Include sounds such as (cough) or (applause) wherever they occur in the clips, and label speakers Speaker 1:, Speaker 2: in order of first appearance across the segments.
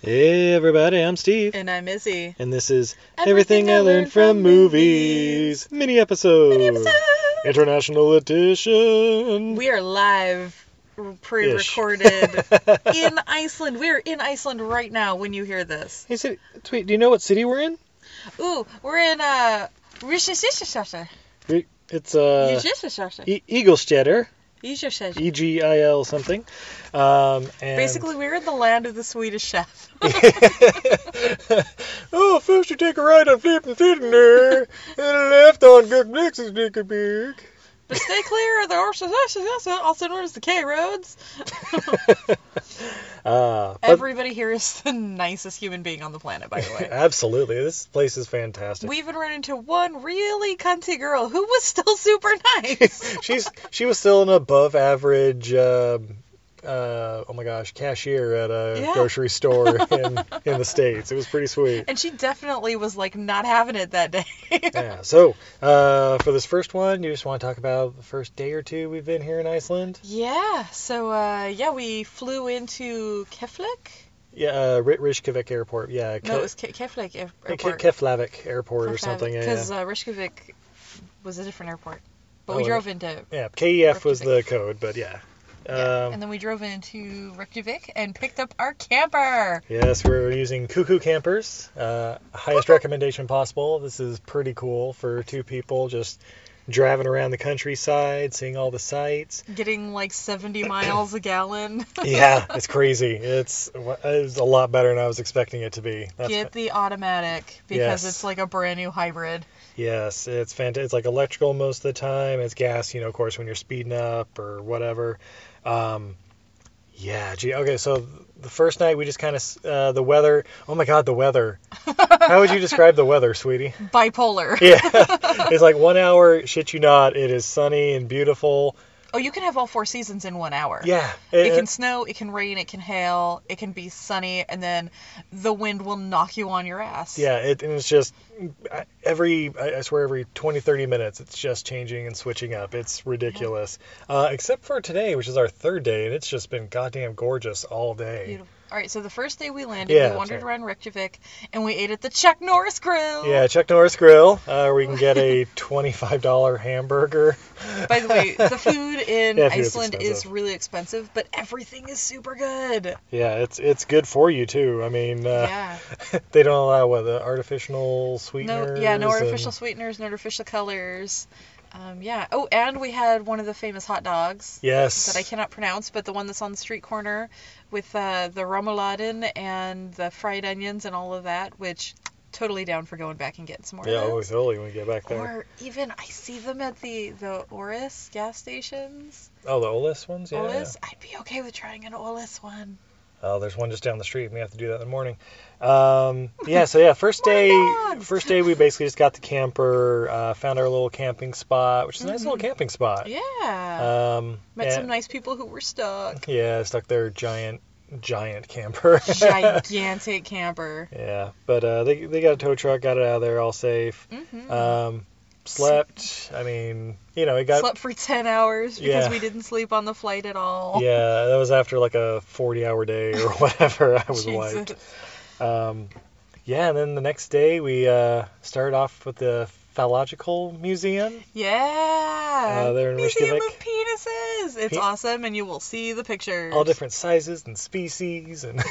Speaker 1: Hey everybody, I'm Steve,
Speaker 2: And I'm Izzy.
Speaker 1: and this is Everything, I Learned from Movies mini episode,
Speaker 2: Mini episode.
Speaker 1: international edition.
Speaker 2: We are live, r- pre-recorded (laughs)
Speaker 1: (laughs)
Speaker 2: in Iceland. We are in Iceland right now when you hear this.
Speaker 1: Hey, city, wait, do you know what city we're in?
Speaker 2: Ooh, we're in uh, Rishishishishasha.
Speaker 1: We- It's uh,
Speaker 2: Yishishishasha.
Speaker 1: e- Eaglestetter,
Speaker 2: Yishishishasha.
Speaker 1: E G I L something. Um, and
Speaker 2: Basically, we're in the land of the Swedish chef.
Speaker 1: (laughs)
Speaker 2: (laughs)
Speaker 1: oh, first you take a right on Flippin' Fiddler, and a left on Gugnix's Nickelberg.
Speaker 2: But stay clear of the Orshishishishasha, also known as the K roads.
Speaker 1: Ah, but-
Speaker 2: Everybody here is the nicest human being on the planet, by the way.
Speaker 1: (laughs) Absolutely. This place is fantastic.
Speaker 2: We even ran into one really cunty girl who was still super nice.
Speaker 1: She's she was still an above average um uh, oh my gosh, cashier at a
Speaker 2: Yeah.
Speaker 1: grocery
Speaker 2: (laughs)
Speaker 1: store in in the states. It was pretty sweet.
Speaker 2: And she definitely was like not having it
Speaker 1: (laughs)
Speaker 2: that day. (laughs)
Speaker 1: Yeah. So, uh, for this first one, you just want to talk about the first day or two we've been here in Iceland?
Speaker 2: Yeah, so uh, yeah, we flew into Keflavik.
Speaker 1: Yeah, uh, Rit- Reykjavik Airport. Yeah,
Speaker 2: No, it was Ke- Keflavik air- airport.
Speaker 1: Keflavik Airport or something. Yeah,
Speaker 2: Because
Speaker 1: yeah.
Speaker 2: uh, Reykjavik was a different airport, but
Speaker 1: Oh,
Speaker 2: we
Speaker 1: was
Speaker 2: drove into.
Speaker 1: yeah, KEF was the
Speaker 2: Reykjavik.
Speaker 1: code, but yeah.
Speaker 2: yeah,
Speaker 1: Um,
Speaker 2: and then we drove into Reykjavik and picked up our camper.
Speaker 1: Yes, we're using Cuckoo Campers. Uh, highest recommendation possible. This is pretty cool for two people just driving around the countryside, seeing all the sights.
Speaker 2: Getting
Speaker 1: (coughs)
Speaker 2: like 70 miles a gallon. (laughs)
Speaker 1: Yeah, it's crazy. It's it's a lot better than I was expecting it to be. That's
Speaker 2: Get the automatic because
Speaker 1: Yes.
Speaker 2: it's like a brand new hybrid.
Speaker 1: Yes, it's fantastic. It's like electrical most of the time. It's gas, you know, of course, when you're speeding up or whatever. Um, yeah, gee. Okay, so the first night we just kind of uh, the weather. Oh my God, the weather. How would you describe the weather, sweetie?
Speaker 2: Bipolar.
Speaker 1: Yeah, it's like one hour. Shit, you not. It is sunny and beautiful.
Speaker 2: Oh, you can have all four seasons in one hour.
Speaker 1: Yeah,
Speaker 2: It can snow, it can rain, it can hail, it can be sunny, and then the wind will knock you on your ass.
Speaker 1: yeah, it, and it's just I- every I I swear every 20, 30 minutes it's just changing and switching up. It's ridiculous. Uh, except for today, which is our third day, and it's just been goddamn gorgeous all day.
Speaker 2: Beautiful. All right, so the first day we landed,
Speaker 1: Yeah,
Speaker 2: we
Speaker 1: that's
Speaker 2: wandered
Speaker 1: right.
Speaker 2: around Reykjavik, and we ate at the Chuck Norris Grill.
Speaker 1: Yeah, Chuck Norris Grill, uh, where you can get a (laughs) twenty-five dollar hamburger.
Speaker 2: By the
Speaker 1: (laughs)
Speaker 2: way, the food in
Speaker 1: Yeah, food is
Speaker 2: Iceland is
Speaker 1: expensive. Uh,
Speaker 2: really expensive, but everything is super good.
Speaker 1: Yeah, it's it's good for you too. I mean, uh,
Speaker 2: yeah.
Speaker 1: they don't allow what the artificial
Speaker 2: No.
Speaker 1: sweeteners.
Speaker 2: Yeah. No
Speaker 1: and-
Speaker 2: artificial sweeteners, no artificial colors. Um, yeah. Oh, and we had one of the famous hot dogs.
Speaker 1: Yes.
Speaker 2: that I cannot pronounce, but the one that's on the street corner with uh, the remoulade and the fried onions and all of that, which totally down for going back and getting some more. of
Speaker 1: Yeah,
Speaker 2: those.
Speaker 1: always early when we get back there.
Speaker 2: Or even I see them at the the Oris gas stations.
Speaker 1: oh, the Olis ones? Yeah.
Speaker 2: Olis, I'd be okay with trying an Olis one.
Speaker 1: Oh, there's one just down the street. and We have to do that in the morning. Um, yeah, so yeah,
Speaker 2: (laughs)
Speaker 1: first day,
Speaker 2: dogs!
Speaker 1: first day we basically just got the camper, uh, found our little camping spot, which is a nice little camping spot.
Speaker 2: Mm-hmm. Yeah.
Speaker 1: Um,
Speaker 2: Met
Speaker 1: Uh, and-
Speaker 2: some nice people who
Speaker 1: (laughs)
Speaker 2: were stuck.
Speaker 1: Yeah, stuck their giant, giant camper. (laughs)
Speaker 2: Gigantic camper.
Speaker 1: yeah, but uh, they they got a tow truck, got it out of there all safe.
Speaker 2: hmm
Speaker 1: Um, slept. I mean, you know, it got
Speaker 2: Slept for 10 hours because
Speaker 1: Yeah.
Speaker 2: we didn't sleep on the flight at all.
Speaker 1: yeah. That was after like a 40-hour day or (laughs) whatever. I was
Speaker 2: (laughs) Jesus.
Speaker 1: wiped. Um, yeah, and then the next day we uh, started off with the Phallological Museum.
Speaker 2: Yeah.
Speaker 1: Uh, they're in
Speaker 2: Museum
Speaker 1: Reykjavik.
Speaker 2: of penises. It's
Speaker 1: Pe-
Speaker 2: awesome, and you will see the pictures,
Speaker 1: All different sizes and species
Speaker 2: (laughs)
Speaker 1: and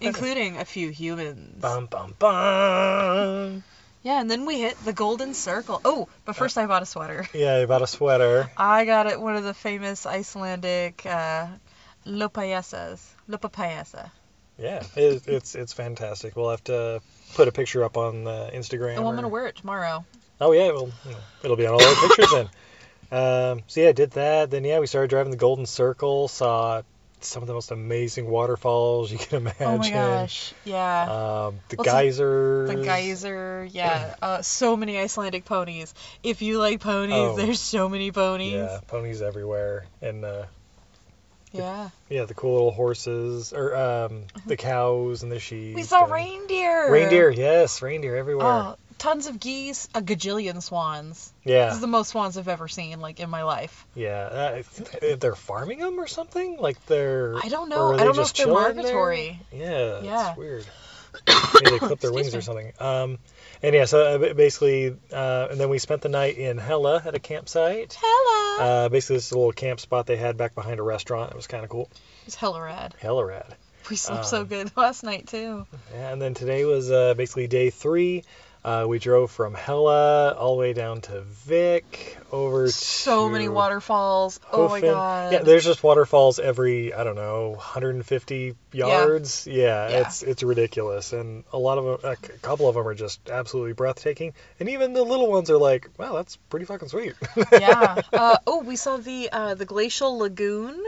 Speaker 2: including a few humans.
Speaker 1: bum bum bum.
Speaker 2: Yeah, and then we hit the Golden Circle. Oh, but
Speaker 1: Uh-huh.
Speaker 2: first I bought a sweater.
Speaker 1: Yeah, I bought a sweater.
Speaker 2: I got it one of the famous Icelandic uh, lopayasas. Lopapayasa.
Speaker 1: Yeah, it, it's it's fantastic. We'll have to put a picture up on uh, Instagram.
Speaker 2: Oh, I'm gonna
Speaker 1: or-
Speaker 2: wear it tomorrow.
Speaker 1: Oh yeah, well you know, it'll be on all our pictures
Speaker 2: (laughs)
Speaker 1: then. Um, so yeah, I did that. Then yeah, we started driving the Golden Circle. Saw some of the most amazing waterfalls you can imagine.
Speaker 2: Oh my gosh. Yeah.
Speaker 1: Um, the
Speaker 2: Well, so-
Speaker 1: geysers.
Speaker 2: the geyser, yeah. Uh, so many Icelandic ponies. If you like ponies,
Speaker 1: Oh.
Speaker 2: there's so many ponies.
Speaker 1: Yeah, ponies everywhere, and uh,
Speaker 2: yeah.
Speaker 1: yeah, the cool little horses or um, the cows and the sheep.
Speaker 2: Uh-huh. We saw
Speaker 1: and-
Speaker 2: reindeer.
Speaker 1: Reindeer, yes, reindeer everywhere.
Speaker 2: Oh, tons of geese, a gajillion swans. This
Speaker 1: Yeah.
Speaker 2: is the most swans I've ever seen, like in my life.
Speaker 1: Yeah. Uh, th- they're farming them or something? Like they're.
Speaker 2: I don't
Speaker 1: or
Speaker 2: know.
Speaker 1: are
Speaker 2: I
Speaker 1: they
Speaker 2: don't know if
Speaker 1: just
Speaker 2: they're
Speaker 1: chilling there?
Speaker 2: migratory.
Speaker 1: Yeah,
Speaker 2: Yeah.
Speaker 1: it's
Speaker 2: (coughs)
Speaker 1: weird. Maybe they clip their wings or
Speaker 2: Excuse
Speaker 1: something. Um, and yeah, so uh, ba- basically, uh, and then we spent the night in Hella at a campsite.
Speaker 2: Hella.
Speaker 1: Uh, basically, this is a little camp spot they had back behind a restaurant. It was kind of cool.
Speaker 2: it's hella rad.
Speaker 1: Hella rad.
Speaker 2: We slept so
Speaker 1: um,
Speaker 2: good (laughs) last night too.
Speaker 1: And then today was uh, basically day three. Uh, we drove from Hella all the way down to Vic over
Speaker 2: So many
Speaker 1: to
Speaker 2: waterfalls. Oh my
Speaker 1: Hofen.
Speaker 2: god.
Speaker 1: Yeah, there's just waterfalls every I don't know 150 yards. Yeah, it's it's ridiculous, and a lot of 'em- a c- couple of them are just absolutely breathtaking, and even the little ones are like, wow, that's pretty fucking sweet.
Speaker 2: (laughs)
Speaker 1: (laughs)
Speaker 2: yeah. Uh, oh, we saw the uh, the glacial lagoon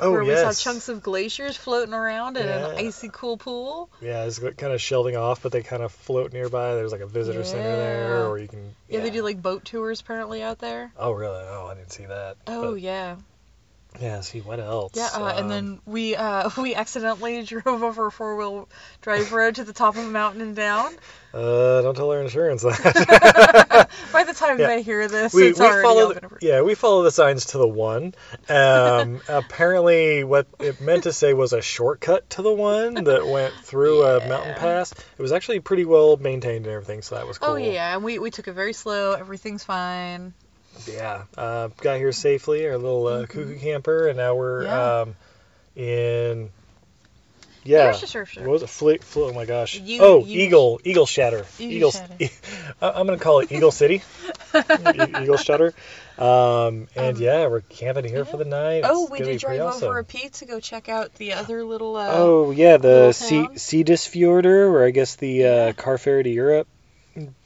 Speaker 1: oh
Speaker 2: where
Speaker 1: yes.
Speaker 2: we saw chunks of glaciers floating around in an
Speaker 1: Yeah.
Speaker 2: icy cool pool.
Speaker 1: Yeah, it's kind of shelving off, but they kind of float nearby. There's like a visitor center
Speaker 2: Yeah.
Speaker 1: there, or you can.
Speaker 2: Yeah, they do like boat tours apparently out there.
Speaker 1: Oh really? Oh, I didn't see that.
Speaker 2: Oh
Speaker 1: But,
Speaker 2: yeah,
Speaker 1: yeah. See what else?
Speaker 2: yeah. Uh,
Speaker 1: Um,
Speaker 2: and then we uh, (laughs) we accidentally drove over a four wheel drive road to the top of a mountain and down.
Speaker 1: Uh, don't tell our insurance that.
Speaker 2: (laughs)
Speaker 1: (laughs)
Speaker 2: By the time
Speaker 1: Yeah.
Speaker 2: they hear this,
Speaker 1: we, we
Speaker 2: it's already
Speaker 1: follow
Speaker 2: open. for-
Speaker 1: yeah we follow the signs to the one
Speaker 2: (laughs)
Speaker 1: um, apparently what it meant to say was a shortcut to the one that went through a mountain
Speaker 2: Yeah.
Speaker 1: pass it was actually pretty well maintained and everything so that was cool
Speaker 2: Oh yeah, and we, we took it very slow. Everything's fine.
Speaker 1: yeah uh, got here safely our little uh, cuckoo camper and now we're
Speaker 2: Mm-hmm. Yeah.
Speaker 1: um, in yeah
Speaker 2: Worcestershire.
Speaker 1: what was it Fle- Fle- oh my gosh
Speaker 2: You-
Speaker 1: oh
Speaker 2: you-
Speaker 1: eagle eagle shatter
Speaker 2: Eagle
Speaker 1: eagle
Speaker 2: Shatter.
Speaker 1: (laughs) I- i'm gonna call it eagle
Speaker 2: (laughs)
Speaker 1: city E- eagle shatter um, and
Speaker 2: Um,
Speaker 1: yeah we're camping here for the night
Speaker 2: Oh,
Speaker 1: It's
Speaker 2: we
Speaker 1: gonna
Speaker 2: did
Speaker 1: be pretty
Speaker 2: drive
Speaker 1: awesome.
Speaker 2: over a peak to go check out the other little. Uh,
Speaker 1: Oh yeah, the
Speaker 2: little
Speaker 1: sea
Speaker 2: town.
Speaker 1: Seedisfjorder, where I guess the uh, car ferry to Europe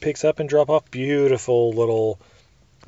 Speaker 1: picks up and drop off. Beautiful little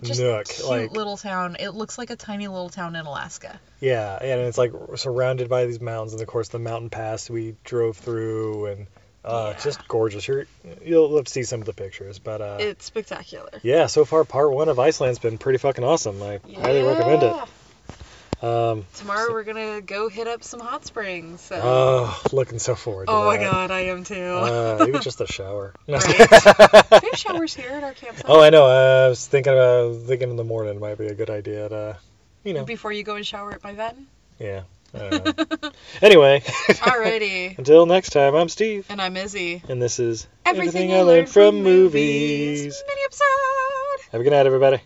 Speaker 2: just
Speaker 1: nook,
Speaker 2: cute
Speaker 1: like
Speaker 2: little town. It looks like a tiny little town in Alaska.
Speaker 1: yeah, and it's like surrounded by these mountains. And of course, the mountain pass we drove through, and uh,
Speaker 2: Yeah.
Speaker 1: just gorgeous. You're, you'll have to see some of the pictures, but uh,
Speaker 2: It's spectacular.
Speaker 1: yeah, so far part one of Iceland's been pretty fucking awesome. I highly recommend
Speaker 2: Yeah.
Speaker 1: it. Um,
Speaker 2: Tomorrow we're gonna go hit up some hot springs. So.
Speaker 1: oh, looking so forward. to
Speaker 2: oh my
Speaker 1: that.
Speaker 2: god, I am too.
Speaker 1: Uh, maybe just a shower.
Speaker 2: (laughs)
Speaker 1: (laughs) No.
Speaker 2: Right. we have showers here at our campsite.
Speaker 1: Oh, I know. I was thinking about thinking in the morning might be a good idea to, you know,
Speaker 2: Before you go and shower at my vet.
Speaker 1: yeah. I don't know. anyway, (laughs)
Speaker 2: Alrighty.
Speaker 1: until next time, I'm Steve,
Speaker 2: (laughs) and I'm Izzy.
Speaker 1: and this is
Speaker 2: Everything, I learned from movies. Mini episode.
Speaker 1: Have a good night, everybody.